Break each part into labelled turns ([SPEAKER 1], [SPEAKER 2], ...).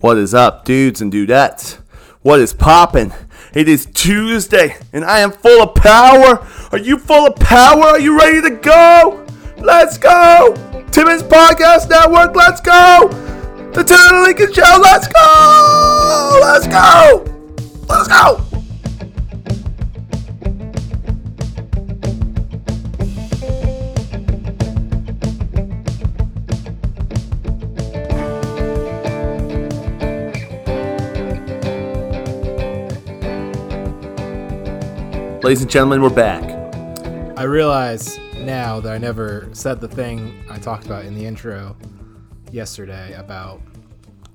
[SPEAKER 1] What is up, dudes and dudettes? What is poppin'? It is Tuesday, and I am full of power. Are you full of power? Are you ready to go? Let's go! Timmons Podcast Network, let's go! The Taylor Lincoln Show, let's go! Let's go! Let's go! Ladies and gentlemen, we're back.
[SPEAKER 2] I realize now that I never said the thing I talked about in the intro yesterday about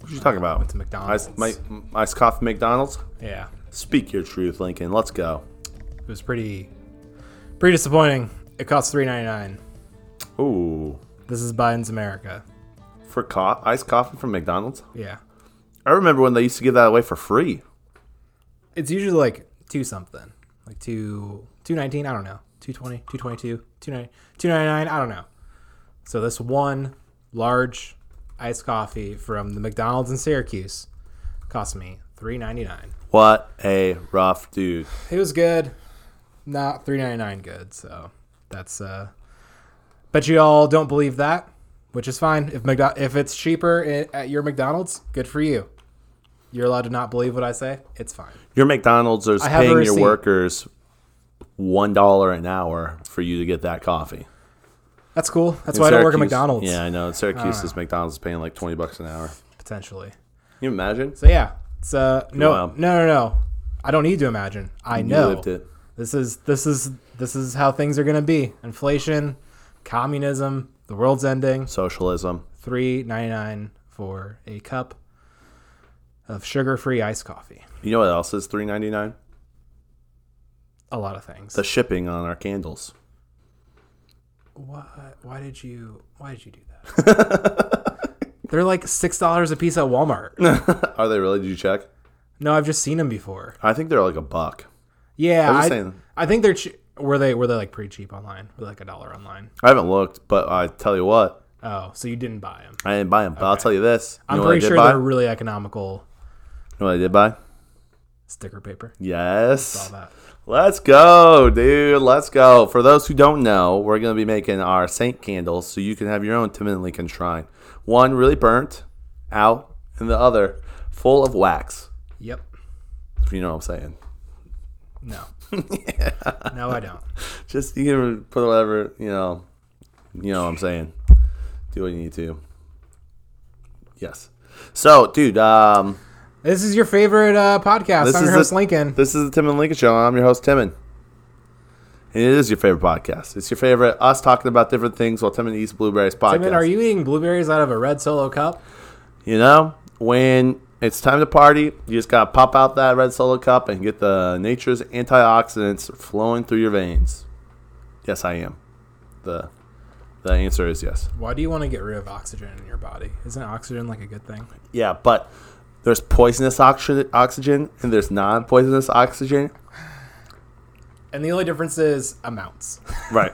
[SPEAKER 1] What you talking about?
[SPEAKER 2] Went to McDonald's.
[SPEAKER 1] Ice, my, ice coffee McDonald's?
[SPEAKER 2] yeah,
[SPEAKER 1] Speak your truth, Lincoln. Let's go.
[SPEAKER 2] it was pretty pretty disappointing. It costs three ninety nine.
[SPEAKER 1] Ooh.
[SPEAKER 2] This is Biden's America.
[SPEAKER 1] For co- iced coffee from McDonald's?
[SPEAKER 2] Yeah,
[SPEAKER 1] I remember when they used to give that away for free.
[SPEAKER 2] it's usually like two something, like two two nineteen. I don't know, 220, 222, 290, 299, I don't know. So this one large iced coffee from the McDonald's in Syracuse cost me three ninety nine.
[SPEAKER 1] What a rough dude.
[SPEAKER 2] It was good. Not three ninety nine good, so that's uh Bet you all don't believe that, which is fine. If McDo- if it's cheaper i- at your McDonald's, good for you. You're allowed to not believe what I say. It's fine.
[SPEAKER 1] Your McDonald's is
[SPEAKER 2] I have a
[SPEAKER 1] paying your
[SPEAKER 2] receipt.
[SPEAKER 1] workers one dollar an hour for you to get that coffee.
[SPEAKER 2] That's cool. That's
[SPEAKER 1] In
[SPEAKER 2] why I don't work at
[SPEAKER 1] Syracuse-
[SPEAKER 2] McDonald's Uh.
[SPEAKER 1] Yeah, I know. In Syracuse's McDonald's is paying like twenty bucks an hour. Can
[SPEAKER 2] potentially.
[SPEAKER 1] you imagine?
[SPEAKER 2] So yeah, it's uh no
[SPEAKER 1] Wow.
[SPEAKER 2] no no no. I don't need to imagine. I
[SPEAKER 1] You
[SPEAKER 2] know.
[SPEAKER 1] lived it.
[SPEAKER 2] This is this is this is how things are gonna be. Inflation, communism, the world's ending.
[SPEAKER 1] Socialism.
[SPEAKER 2] three ninety nine for a cup of sugar free iced coffee.
[SPEAKER 1] You know what else is three ninety nine?
[SPEAKER 2] A lot of things.
[SPEAKER 1] The shipping on our candles.
[SPEAKER 2] why, why did you why did you do that? They're like six dollars a piece at Walmart.
[SPEAKER 1] Are they really? Did you check?
[SPEAKER 2] No, I've just seen them before.
[SPEAKER 1] I think they're like a buck.
[SPEAKER 2] Yeah,
[SPEAKER 1] I was
[SPEAKER 2] I,
[SPEAKER 1] saying-
[SPEAKER 2] I think they're che- were they were they like pretty cheap online? Were they like a dollar online?
[SPEAKER 1] I haven't looked, but I tell you what,
[SPEAKER 2] Oh, so you didn't buy them?
[SPEAKER 1] I didn't buy them. But I'll tell you this. You
[SPEAKER 2] I'm
[SPEAKER 1] know what I
[SPEAKER 2] pretty
[SPEAKER 1] did
[SPEAKER 2] sure
[SPEAKER 1] buy?
[SPEAKER 2] they're really economical
[SPEAKER 1] You know what I did buy?
[SPEAKER 2] sticker paper.
[SPEAKER 1] Yes.
[SPEAKER 2] All that.
[SPEAKER 1] Let's go, dude. Let's go. For those who don't know, we're going to be making our saint candles so you can have your own Tim and Lincoln shrine. One really burnt out, and the other full of wax,
[SPEAKER 2] Yep.
[SPEAKER 1] if you know what I'm saying.
[SPEAKER 2] No. No, I don't.
[SPEAKER 1] Just you can put whatever, you know, you know what I'm saying. Do what you need to. Yes. So, dude, um,
[SPEAKER 2] This is your favorite uh, podcast.
[SPEAKER 1] This
[SPEAKER 2] I'm your
[SPEAKER 1] is
[SPEAKER 2] host
[SPEAKER 1] the-
[SPEAKER 2] Lincoln.
[SPEAKER 1] This is the Tim and Lincoln Show. and I'm your host, Timon. And it is your favorite podcast. It's your favorite us talking about different things while Timon eats blueberries podcast.
[SPEAKER 2] Simon, are you eating blueberries out of a red solo cup?
[SPEAKER 1] You know, when it's time to party, you just gotta pop out that red solo cup and get the nature's antioxidants flowing through your veins. Yes, I am. The the answer is yes.
[SPEAKER 2] Why do you want to get rid of oxygen in your body? Isn't oxygen like a good thing?
[SPEAKER 1] Yeah, but there's poisonous oxy- oxygen and there's non-poisonous oxygen.
[SPEAKER 2] And the only difference is amounts.
[SPEAKER 1] Right.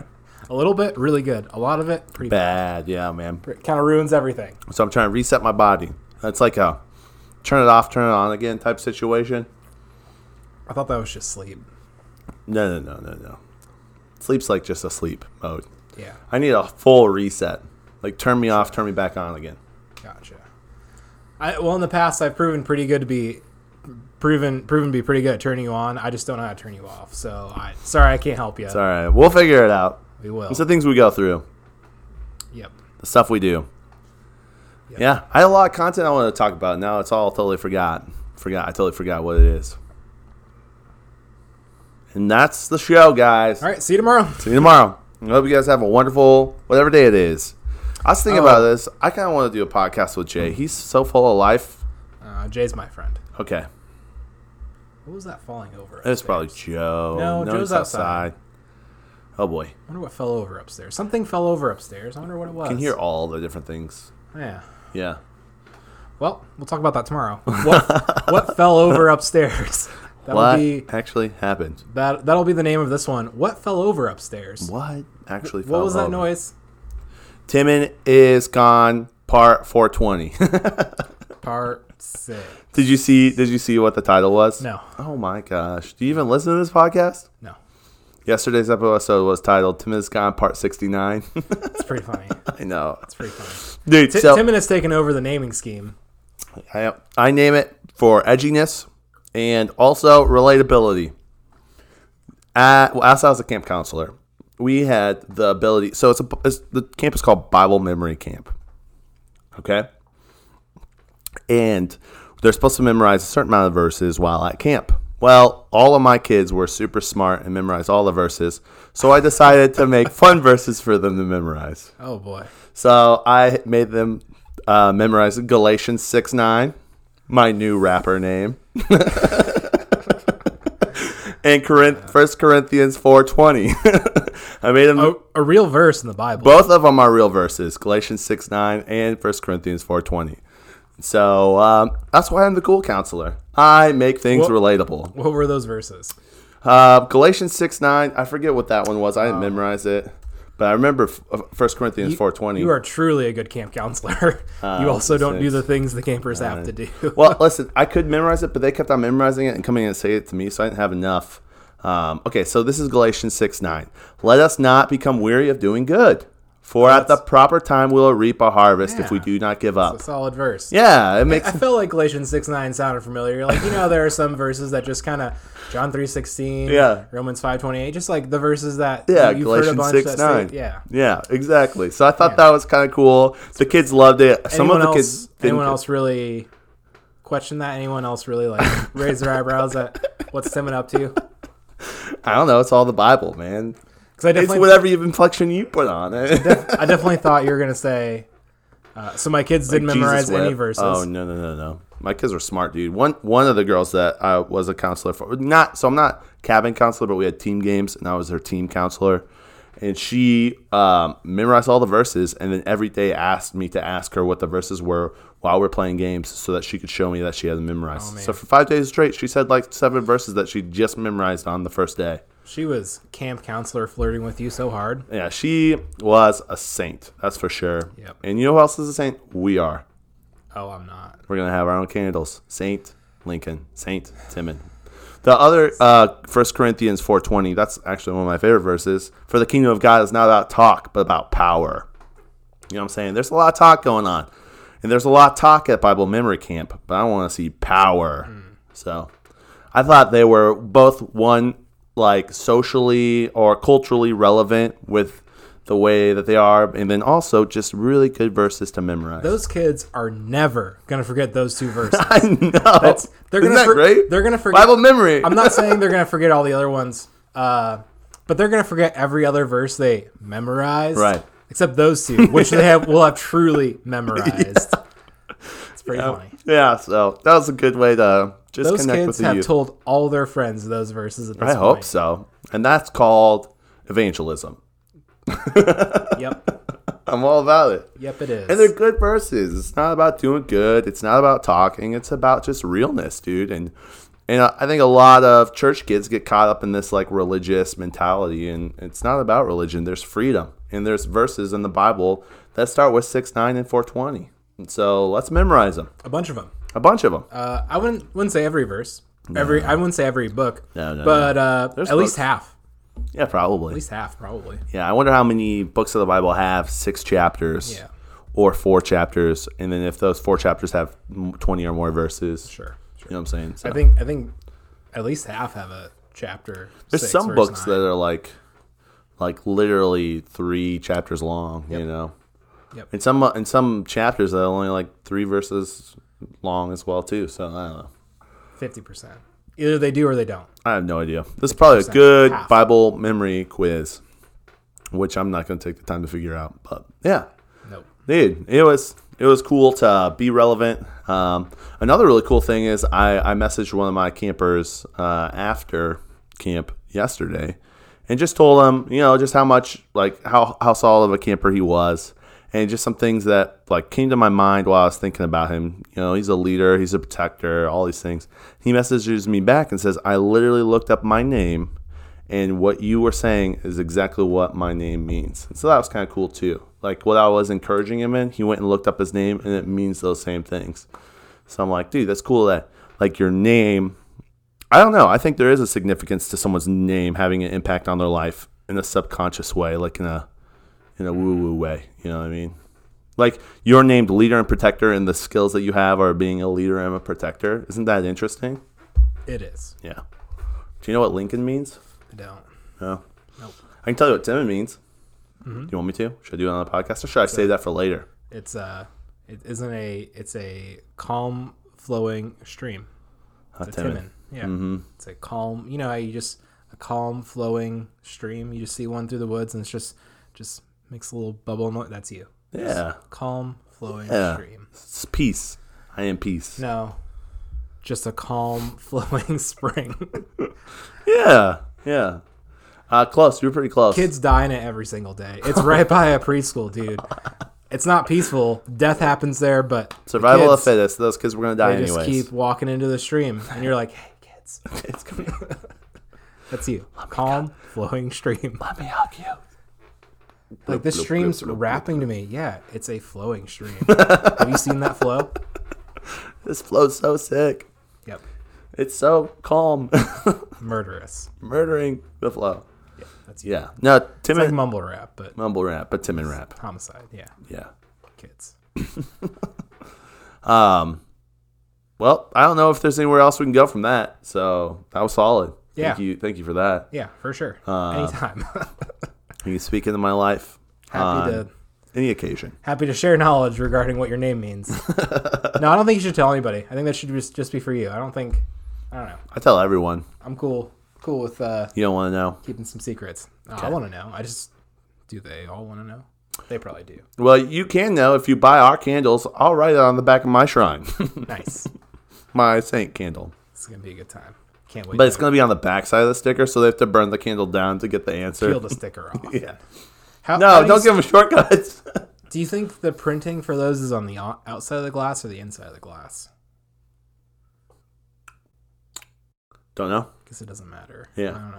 [SPEAKER 2] a little bit, really good. A lot of it, pretty bad.
[SPEAKER 1] Bad. Yeah, man.
[SPEAKER 2] Kind of ruins everything.
[SPEAKER 1] So I'm trying to reset my body. That's like a turn it off, turn it on again type situation.
[SPEAKER 2] I thought that was just sleep.
[SPEAKER 1] No, no, no, no, no. Sleep's like just a sleep mode.
[SPEAKER 2] Yeah,
[SPEAKER 1] I need a full reset. Like turn me off, turn me back on again.
[SPEAKER 2] gotcha. I, well, in the past, I've proven pretty good to be proven proven to be pretty good at turning you on. I just don't know how to turn you off. So I sorry, I can't help you.
[SPEAKER 1] It's all right. We'll figure it out.
[SPEAKER 2] We will.
[SPEAKER 1] It's the things we go through,
[SPEAKER 2] yep.
[SPEAKER 1] the stuff we do.
[SPEAKER 2] Yeah.
[SPEAKER 1] Yeah, I had a lot of content I wanted to talk about. Now it's all totally forgot. Forgot. I totally forgot what it is. And that's the show, guys.
[SPEAKER 2] All right. See you tomorrow.
[SPEAKER 1] See you tomorrow. I hope you guys have a wonderful whatever day it is. I was thinking
[SPEAKER 2] Oh.
[SPEAKER 1] about this. I kind of want to do a podcast with Jay. He's so full of life.
[SPEAKER 2] Uh, Jay's my friend.
[SPEAKER 1] Okay,
[SPEAKER 2] What was that falling over?
[SPEAKER 1] it's
[SPEAKER 2] upstairs?
[SPEAKER 1] probably Joe.
[SPEAKER 2] No, Joe's
[SPEAKER 1] he's
[SPEAKER 2] outside.
[SPEAKER 1] Oh boy,
[SPEAKER 2] I wonder what fell over upstairs. Something fell over upstairs. I wonder what it was.
[SPEAKER 1] can hear all the different things.
[SPEAKER 2] Yeah.
[SPEAKER 1] Yeah,
[SPEAKER 2] Well, we'll talk about that tomorrow. What, what fell over upstairs? That'll
[SPEAKER 1] what
[SPEAKER 2] be
[SPEAKER 1] actually happened?
[SPEAKER 2] that. That'll be the name of this one. What fell over upstairs? What,
[SPEAKER 1] What actually? fell
[SPEAKER 2] was that
[SPEAKER 1] over?
[SPEAKER 2] noise?
[SPEAKER 1] Timon is gone. Part 420.
[SPEAKER 2] Part six.
[SPEAKER 1] Did you see? Did you see what the title was?
[SPEAKER 2] No,
[SPEAKER 1] Oh my gosh! Do you even listen to this podcast?
[SPEAKER 2] no,
[SPEAKER 1] Yesterday's episode was titled "Tim is Gone" Part sixty nine.
[SPEAKER 2] it's pretty funny.
[SPEAKER 1] I know,
[SPEAKER 2] It's pretty funny.
[SPEAKER 1] dude.
[SPEAKER 2] T-
[SPEAKER 1] so
[SPEAKER 2] Timon has taken over the naming scheme.
[SPEAKER 1] I, I name it for edginess and also relatability. At, well, as I was a camp counselor, we had the ability. So it's a it's, the camp is called Bible Memory Camp. Okay, and they're supposed to memorize a certain amount of verses while at camp. Well, all of my kids were super smart and memorized all the verses, so I decided to make fun verses for them to memorize.
[SPEAKER 2] Oh boy,
[SPEAKER 1] So I made them uh, memorize Galatians six nine, my new rapper name, and Corinth First Corinthians four twenty. I made them.
[SPEAKER 2] a, Oh, a real verse in the Bible.
[SPEAKER 1] Both of them are real verses: Galatians six nine and First Corinthians four twenty. So um, that's why I'm the cool counselor. I make things relatable.
[SPEAKER 2] what were those verses?
[SPEAKER 1] Uh, Galatians six nine. I forget what that one was. I didn't memorize it, but I remember uh, First Corinthians four twenty.
[SPEAKER 2] You are truly a good camp counselor.
[SPEAKER 1] Ah,
[SPEAKER 2] you also don't do
[SPEAKER 1] six.
[SPEAKER 2] the things the campers have to do.
[SPEAKER 1] Well, listen, I could memorize it, but they kept on memorizing it and coming in and saying it to me, so I didn't have enough. Um, okay, so this is Galatians 6 9. Let us not become weary of doing good, for at the proper time we will reap a harvest if we
[SPEAKER 2] Yeah.
[SPEAKER 1] do not give
[SPEAKER 2] A
[SPEAKER 1] up.
[SPEAKER 2] solid verse.
[SPEAKER 1] Yeah, it makes
[SPEAKER 2] I felt like Galatians six nine sounded familiar. You're Like you know, there are some verses that just kind of John three sixteen,
[SPEAKER 1] Yeah.
[SPEAKER 2] Romans five twenty eight, just like the verses that
[SPEAKER 1] Yeah,
[SPEAKER 2] you- you've heard a
[SPEAKER 1] Galatians
[SPEAKER 2] bunch
[SPEAKER 1] six
[SPEAKER 2] that
[SPEAKER 1] nine.
[SPEAKER 2] Say, yeah.
[SPEAKER 1] yeah, exactly. So I thought that was kind of cool. The kids loved it. Some of
[SPEAKER 2] anyone
[SPEAKER 1] the
[SPEAKER 2] else,
[SPEAKER 1] kids didn't.
[SPEAKER 2] anyone else really question that? Anyone else really like raise their eyebrows at what's Timon up to?
[SPEAKER 1] I don't know. It's all the Bible, man.
[SPEAKER 2] Because I
[SPEAKER 1] It's
[SPEAKER 2] definitely,
[SPEAKER 1] whatever inflection you put on it.
[SPEAKER 2] I definitely thought you were gonna say. Uh, so my kids didn't memorize
[SPEAKER 1] Jesus
[SPEAKER 2] any
[SPEAKER 1] whip.
[SPEAKER 2] verses.
[SPEAKER 1] Oh no no no no! My kids were smart, dude. One one of the girls that I was a counselor for, not so I'm not cabin counselor, but we had team games, and I was her team counselor. And she um, memorized all the verses, and then every day asked me to ask her what the verses were while we're playing games, so that she could show me that she had them
[SPEAKER 2] Oh,
[SPEAKER 1] memorized. so for five days straight, she said like seven verses that she just memorized on the first day.
[SPEAKER 2] She was camp counselor flirting with you so hard.
[SPEAKER 1] Yeah, she was a saint, that's for sure.
[SPEAKER 2] Yep.
[SPEAKER 1] And you know who else is a saint? We are.
[SPEAKER 2] Oh, I'm not.
[SPEAKER 1] We're gonna have our own candles. Saint Lincoln, Saint Timon. The other uh, 1 Corinthians four twenty. That's actually one of my favorite verses. For the kingdom of God is not about talk, but about power. You know what I'm saying? There's a lot of talk going on, and there's a lot of talk at Bible Memory Camp, but I want to see power. So, I thought they were both one like socially or culturally relevant with the way that they are, and then also just really good verses to memorize.
[SPEAKER 2] Those kids are never gonna forget those two verses.
[SPEAKER 1] I know. That's,
[SPEAKER 2] They're gonna
[SPEAKER 1] that
[SPEAKER 2] for-
[SPEAKER 1] great?
[SPEAKER 2] They're gonna forget.
[SPEAKER 1] Bible memory.
[SPEAKER 2] I'm not saying they're gonna forget all the other ones, uh, but they're gonna forget every other verse they memorized,
[SPEAKER 1] Right.
[SPEAKER 2] Except those two, which they have will have truly memorized. It's pretty funny.
[SPEAKER 1] yeah, so that was a good way to just
[SPEAKER 2] Those
[SPEAKER 1] connect with
[SPEAKER 2] kids
[SPEAKER 1] the
[SPEAKER 2] have
[SPEAKER 1] youth.
[SPEAKER 2] told all their friends those verses at this
[SPEAKER 1] I hope
[SPEAKER 2] point.
[SPEAKER 1] so. And that's called evangelism.
[SPEAKER 2] Yep,
[SPEAKER 1] I'm all about it.
[SPEAKER 2] yep, it is.
[SPEAKER 1] And they're good verses. It's not about doing good. It's not about talking. It's about just realness, dude. And and I think a lot of church kids get caught up in this like religious mentality, and it's not about religion. There's freedom, and there's verses in the Bible that start with six nine and four twenty. And so let's memorize them,
[SPEAKER 2] a bunch of them.
[SPEAKER 1] a bunch of them.
[SPEAKER 2] Uh, I wouldn't wouldn't say every verse. Every I wouldn't say every book.
[SPEAKER 1] No, no,
[SPEAKER 2] But uh, at least
[SPEAKER 1] books.
[SPEAKER 2] half.
[SPEAKER 1] Yeah, probably.
[SPEAKER 2] At least half, probably.
[SPEAKER 1] Yeah, I wonder how many books of the Bible have six chapters
[SPEAKER 2] Yeah.
[SPEAKER 1] or four chapters, and then if those four chapters have m- 20 or more verses.
[SPEAKER 2] Sure.
[SPEAKER 1] You know what I'm saying? So
[SPEAKER 2] I think I think at least half have a chapter.
[SPEAKER 1] there's
[SPEAKER 2] six,
[SPEAKER 1] some
[SPEAKER 2] verse
[SPEAKER 1] books
[SPEAKER 2] nine.
[SPEAKER 1] that are like like literally three chapters long, you know.
[SPEAKER 2] Yep.
[SPEAKER 1] And some uh, and some chapters that are only like three verses long as well too. So I don't know.
[SPEAKER 2] fifty percent. Either they do or they don't.
[SPEAKER 1] I have no idea. This is probably a good
[SPEAKER 2] half.
[SPEAKER 1] Bible memory quiz, which I'm not going to take the time to figure out. But yeah,
[SPEAKER 2] Nope.
[SPEAKER 1] dude it was it was cool to uh, be relevant um, another really cool thing is i i messaged one of my campers uh, after camp yesterday and just told him you know just how much like how how solid of a camper he was and just some things that like came to my mind while i was thinking about him you know he's a leader he's a protector all these things he messages me back and says i literally looked up my name and what you were saying is exactly what my name means. And so that was kind of cool too. Like what I was encouraging him in, he went and looked up his name, and it means those same things. So I'm like, dude, that's cool that like your name. I don't know. I think there is a significance to someone's name having an impact on their life in a subconscious way, like in a in a woo woo way. You know what I mean? Like you're named leader and protector, and the skills that you have are being a leader and a protector. Isn't that interesting?
[SPEAKER 2] It is.
[SPEAKER 1] Yeah. Do you know what Lincoln means?
[SPEAKER 2] I don't.
[SPEAKER 1] No.
[SPEAKER 2] Nope. Mm-hmm.
[SPEAKER 1] I can tell you what Timon means. Do you want me to? Should I do it on the podcast, or should I save that for later?
[SPEAKER 2] It's uh it isn't a it's a calm flowing stream.
[SPEAKER 1] Huh,
[SPEAKER 2] It's a
[SPEAKER 1] Timon.
[SPEAKER 2] Timon. Yeah. It's a calm you know how you just a calm flowing stream, you just see one through the woods and it's just just makes a little bubble noise. That's you.
[SPEAKER 1] Yeah.
[SPEAKER 2] Calm flowing
[SPEAKER 1] Yeah.
[SPEAKER 2] stream.
[SPEAKER 1] It's peace. I am peace.
[SPEAKER 2] No. Just a calm flowing spring.
[SPEAKER 1] Yeah. Yeah. Uh, close. You were pretty close.
[SPEAKER 2] Kids die in it every single day. It's right by a preschool, dude. It's not peaceful. Death happens there, but the
[SPEAKER 1] Survival
[SPEAKER 2] kids,
[SPEAKER 1] of fittest. Those kids were gonna die
[SPEAKER 2] They just
[SPEAKER 1] anyways.
[SPEAKER 2] keep walking into the stream, and you're like, "Hey, kids,
[SPEAKER 1] It's gonna be,
[SPEAKER 2] That's you. Calm, flowing stream.
[SPEAKER 1] let me hug you.
[SPEAKER 2] Like this
[SPEAKER 1] bloop,
[SPEAKER 2] stream's
[SPEAKER 1] bloop, bloop, bloop,
[SPEAKER 2] rapping to me. Yeah, it's a flowing stream. Have you seen that flow?
[SPEAKER 1] This flow's so sick.
[SPEAKER 2] Yep.
[SPEAKER 1] It's so calm.
[SPEAKER 2] Murderous.
[SPEAKER 1] Murdering the flow.
[SPEAKER 2] That's you.
[SPEAKER 1] Yeah. No, Tim
[SPEAKER 2] It's like
[SPEAKER 1] and
[SPEAKER 2] mumble rap, but
[SPEAKER 1] mumble rap, but Tim and rap.
[SPEAKER 2] homicide. Yeah,
[SPEAKER 1] Yeah.
[SPEAKER 2] kids.
[SPEAKER 1] Um. Well, I don't know if there's anywhere else we can go from that. So that was solid. Thank
[SPEAKER 2] Yeah.
[SPEAKER 1] you. Thank you for that.
[SPEAKER 2] Yeah, for sure.
[SPEAKER 1] Uh,
[SPEAKER 2] Anytime.
[SPEAKER 1] You speak into my life.
[SPEAKER 2] happy
[SPEAKER 1] on
[SPEAKER 2] to
[SPEAKER 1] any occasion.
[SPEAKER 2] happy to share knowledge regarding what your name means. no, I don't think you should tell anybody. I think that should just just be for you. I don't think. I don't know.
[SPEAKER 1] I tell everyone.
[SPEAKER 2] I'm cool. Cool with uh,
[SPEAKER 1] You don't want to know.
[SPEAKER 2] keeping some secrets. No, I want to know. I just do. They all want to know. They probably do.
[SPEAKER 1] Well, you can know if you buy our candles. I'll write it on the back of my shrine,
[SPEAKER 2] Nice.
[SPEAKER 1] my saint candle.
[SPEAKER 2] It's gonna be a good time. Can't wait.
[SPEAKER 1] But
[SPEAKER 2] to
[SPEAKER 1] it's going to be on the back side of the sticker, so they have to burn the candle down to get the
[SPEAKER 2] peel
[SPEAKER 1] answer.
[SPEAKER 2] the sticker off.
[SPEAKER 1] Yeah.
[SPEAKER 2] How, how
[SPEAKER 1] No,
[SPEAKER 2] do
[SPEAKER 1] don't
[SPEAKER 2] you,
[SPEAKER 1] give them shortcuts.
[SPEAKER 2] Do you think the printing for those is on the o- outside of the glass or the inside of the glass?
[SPEAKER 1] don't know.
[SPEAKER 2] Because it doesn't matter.
[SPEAKER 1] Yeah.
[SPEAKER 2] I don't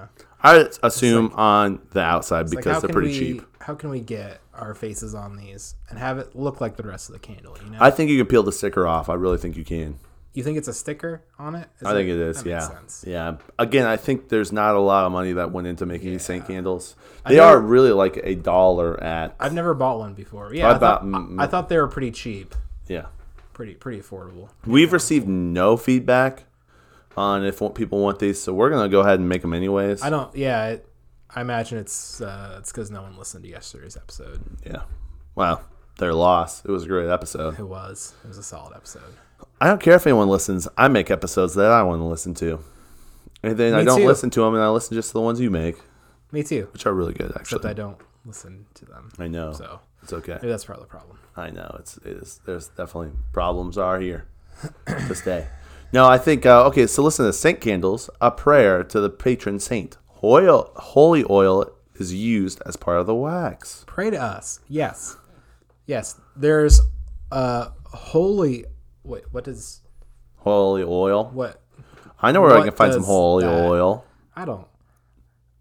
[SPEAKER 2] know. It's
[SPEAKER 1] I assume on the outside
[SPEAKER 2] like,
[SPEAKER 1] because
[SPEAKER 2] how
[SPEAKER 1] they're
[SPEAKER 2] can
[SPEAKER 1] pretty
[SPEAKER 2] we-
[SPEAKER 1] cheap.
[SPEAKER 2] How can we get our faces on these and have it look like the rest of the candle? You know.
[SPEAKER 1] I think you can peel the sticker off. I really think you can.
[SPEAKER 2] you think it's a sticker on it? Is
[SPEAKER 1] I think
[SPEAKER 2] it-
[SPEAKER 1] it is.
[SPEAKER 2] that
[SPEAKER 1] Yeah.
[SPEAKER 2] makes sense.
[SPEAKER 1] Yeah. Again, I think there's not a lot of money that went into making these saint candles. They
[SPEAKER 2] know-
[SPEAKER 1] are really like a dollar at.
[SPEAKER 2] I've never bought one before. Yeah. I,
[SPEAKER 1] I bought
[SPEAKER 2] thought,
[SPEAKER 1] m-
[SPEAKER 2] I, I thought they were pretty cheap,
[SPEAKER 1] yeah.
[SPEAKER 2] pretty pretty affordable.
[SPEAKER 1] We've received no feedback on if what people want these, so we're gonna go ahead and make them anyways.
[SPEAKER 2] I don't. Yeah. It, I imagine it's uh, it's because no one listened to yesterday's episode.
[SPEAKER 1] yeah. Wow. Their loss. It was a great episode.
[SPEAKER 2] It was it was a solid episode.
[SPEAKER 1] I don't care if anyone listens. I make episodes that I want to listen to, and then I
[SPEAKER 2] Me
[SPEAKER 1] don't
[SPEAKER 2] too.
[SPEAKER 1] listen to them, and I listen just to the ones you make,
[SPEAKER 2] Me too.
[SPEAKER 1] which are really good.
[SPEAKER 2] Except
[SPEAKER 1] Actually,
[SPEAKER 2] I don't listen to them.
[SPEAKER 1] I know
[SPEAKER 2] So
[SPEAKER 1] it's okay.
[SPEAKER 2] maybe that's part of the problem.
[SPEAKER 1] I know it's it is. There's definitely problems are here to stay. No, I think uh, okay. So listen to Saint Candles, a prayer to the patron saint. Oil, holy oil is used as part of the wax.
[SPEAKER 2] Pray to us. Yes. Yes. There's uh holy wait, what does
[SPEAKER 1] Holy oil.
[SPEAKER 2] what
[SPEAKER 1] I know where I
[SPEAKER 2] What
[SPEAKER 1] can find some
[SPEAKER 2] does
[SPEAKER 1] holy
[SPEAKER 2] that-
[SPEAKER 1] oil.
[SPEAKER 2] I don't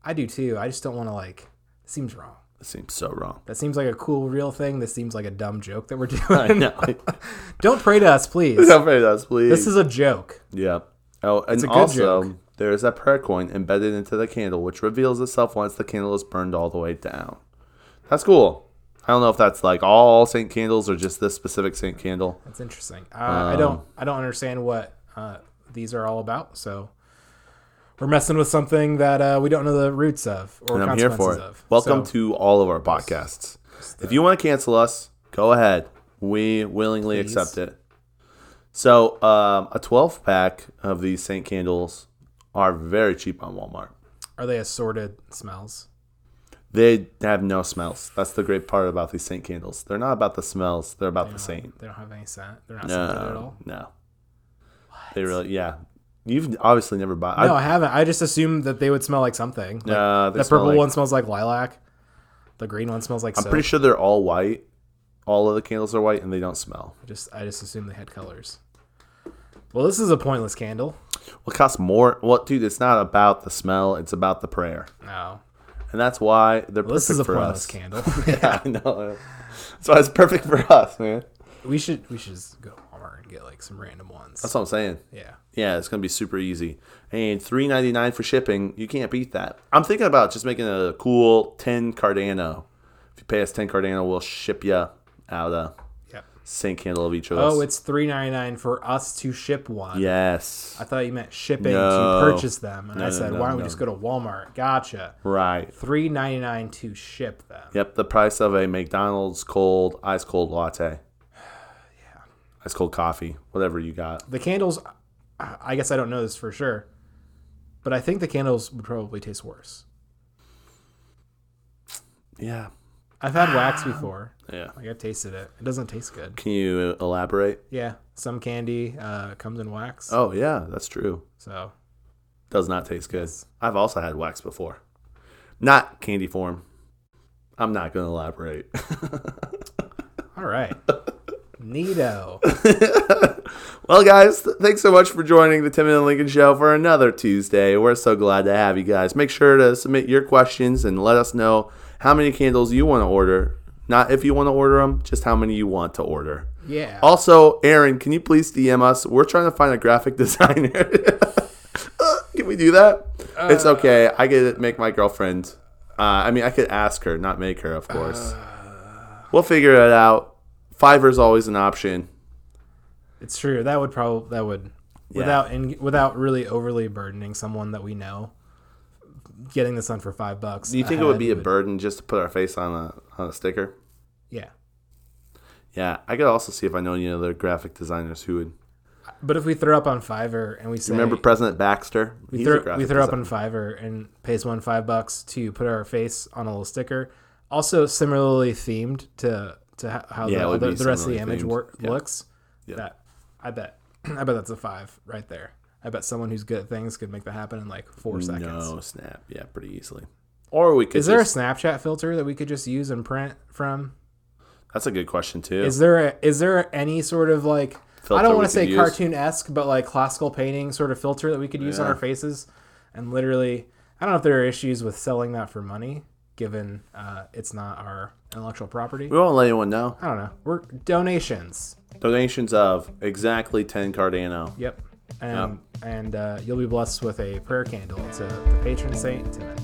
[SPEAKER 2] I do too. I just don't want to like it seems wrong.
[SPEAKER 1] That seems so wrong.
[SPEAKER 2] That seems like a cool real thing. This seems like a dumb joke that we're
[SPEAKER 1] I
[SPEAKER 2] doing.
[SPEAKER 1] know.
[SPEAKER 2] don't pray to us, please.
[SPEAKER 1] Don't pray to us, please.
[SPEAKER 2] This is a joke.
[SPEAKER 1] yeah. Oh, and
[SPEAKER 2] a good
[SPEAKER 1] also
[SPEAKER 2] joke.
[SPEAKER 1] there is a prayer coin embedded into the candle, which reveals itself once the candle is burned all the way down. That's cool. I don't know if that's like all saint candles or just this specific saint candle.
[SPEAKER 2] That's interesting. Uh,
[SPEAKER 1] Um,
[SPEAKER 2] I don't I don't understand what uh, these are all about, so we're messing with something that uh, we don't know the roots of or
[SPEAKER 1] and I'm here
[SPEAKER 2] consequences
[SPEAKER 1] for it.
[SPEAKER 2] of.
[SPEAKER 1] Welcome
[SPEAKER 2] So-
[SPEAKER 1] to all of our podcasts. If you want to cancel us, go ahead. We willingly
[SPEAKER 2] Please.
[SPEAKER 1] accept it. So, um, a 12 pack of these Saint candles are very cheap on Walmart.
[SPEAKER 2] uh, Are they assorted smells?
[SPEAKER 1] They have no smells. That's the great part about these Saint candles. They're not about the smells. They're about the saint.
[SPEAKER 2] They don't have any scent. They're not scented at
[SPEAKER 1] No,
[SPEAKER 2] all.
[SPEAKER 1] no. They really, yeah. You've obviously never bought.
[SPEAKER 2] No,
[SPEAKER 1] I,
[SPEAKER 2] I haven't. I just assumed that they would smell like something. Like,
[SPEAKER 1] Nah, they
[SPEAKER 2] the
[SPEAKER 1] smell
[SPEAKER 2] purple
[SPEAKER 1] like-
[SPEAKER 2] one smells like lilac. The green one smells like
[SPEAKER 1] I'm
[SPEAKER 2] soap.
[SPEAKER 1] pretty sure they're all white. All of the candles are white, and they don't smell.
[SPEAKER 2] I just I just assumed they had colors. Well, this is a pointless candle.
[SPEAKER 1] What costs more? Well, dude, it's not about the smell. It's about the prayer,
[SPEAKER 2] No,
[SPEAKER 1] and that's why they're perfect
[SPEAKER 2] well, this is a
[SPEAKER 1] for
[SPEAKER 2] pointless
[SPEAKER 1] us.
[SPEAKER 2] candle.
[SPEAKER 1] yeah, I know. That's why it's perfect for us, man.
[SPEAKER 2] we should we should just go. All Walmart and get like some random ones.
[SPEAKER 1] That's what I'm saying.
[SPEAKER 2] yeah.
[SPEAKER 1] Yeah, it's gonna be super easy. And three ninety nine for shipping, you can't beat that. I'm thinking about just making a cool ten Cardano. If you pay us ten Cardano, we'll ship you out a
[SPEAKER 2] Yep.
[SPEAKER 1] Saint candle of each of us.
[SPEAKER 2] Oh, it's three ninety nine for us to ship one.
[SPEAKER 1] yes,
[SPEAKER 2] I thought you meant shipping
[SPEAKER 1] No.
[SPEAKER 2] to purchase them, and I
[SPEAKER 1] no,
[SPEAKER 2] said,
[SPEAKER 1] no,
[SPEAKER 2] why don't we
[SPEAKER 1] no.
[SPEAKER 2] just go to Walmart? Gotcha.
[SPEAKER 1] right.
[SPEAKER 2] Three ninety nine to ship them.
[SPEAKER 1] Yep, the price of a McDonald's cold ice cold latte. yeah, ice cold coffee, whatever you got.
[SPEAKER 2] The candles, I I guess I don't know this for sure, but I think the candles would probably taste worse.
[SPEAKER 1] Yeah,
[SPEAKER 2] I've had wax before.
[SPEAKER 1] yeah.
[SPEAKER 2] Like I've tasted it. It doesn't taste good.
[SPEAKER 1] Can you elaborate?
[SPEAKER 2] Yeah, some candy uh, comes in wax.
[SPEAKER 1] Oh yeah, that's true.
[SPEAKER 2] So
[SPEAKER 1] Does not taste good. I've also had wax before, not candy form. I'm not going to elaborate.
[SPEAKER 2] all right, Nito.
[SPEAKER 1] Well, guys, th- thanks so much for joining the Tim and Lincoln Show for another Tuesday. We're so glad to have you guys. Make sure to submit your questions and let us know how many candles you want to order. Not if you want to order them, just how many you want to order.
[SPEAKER 2] Yeah.
[SPEAKER 1] Also, Aaron, can you please DM us? We're trying to find a graphic designer. Uh, can we do that? it's
[SPEAKER 2] Uh,
[SPEAKER 1] okay. I could make my girlfriend. Uh, I mean, I could ask her, not make her, of
[SPEAKER 2] uh,
[SPEAKER 1] course. we'll figure it out. Fiverr's always an option.
[SPEAKER 2] It's true. That would probably that would without and without really overly burdening someone that we know. Getting this done for five bucks.
[SPEAKER 1] Do you think it would be a burden just to put our face on a on a sticker?
[SPEAKER 2] yeah?
[SPEAKER 1] Yeah, I could also see if I know any other graphic designers who would
[SPEAKER 2] But if we throw up on Fiverr and we say
[SPEAKER 1] remember President Baxter.
[SPEAKER 2] we throw, we throw up on Fiverr and pay someone five bucks to put our face on a little sticker, also similarly themed to to ho- how
[SPEAKER 1] Yeah, it
[SPEAKER 2] the,
[SPEAKER 1] would
[SPEAKER 2] the,
[SPEAKER 1] be
[SPEAKER 2] the rest of the
[SPEAKER 1] similarly
[SPEAKER 2] image
[SPEAKER 1] themed.
[SPEAKER 2] wor-
[SPEAKER 1] Yeah.
[SPEAKER 2] looks. That I bet I bet that's a five right there. I bet someone who's good at things could make that happen in like four seconds.
[SPEAKER 1] No snap. Yeah, pretty easily. Or we could.
[SPEAKER 2] Is there a
[SPEAKER 1] just-
[SPEAKER 2] Snapchat filter that we could just use and print from?
[SPEAKER 1] that's a good question too.
[SPEAKER 2] Is there a, is there any sort of like I
[SPEAKER 1] Filter
[SPEAKER 2] don't
[SPEAKER 1] we
[SPEAKER 2] want
[SPEAKER 1] could
[SPEAKER 2] to say
[SPEAKER 1] use?
[SPEAKER 2] cartoon esque, but like classical painting sort of filter that we could use on
[SPEAKER 1] Yeah.
[SPEAKER 2] our faces, and literally, I don't know if there are issues with selling that for money, given uh, it's not our intellectual property.
[SPEAKER 1] we won't let anyone know.
[SPEAKER 2] I don't know. We're donations.
[SPEAKER 1] Donations of exactly ten Cardano.
[SPEAKER 2] Yep. And and uh, you'll be blessed with a prayer candle to the patron saint Timon.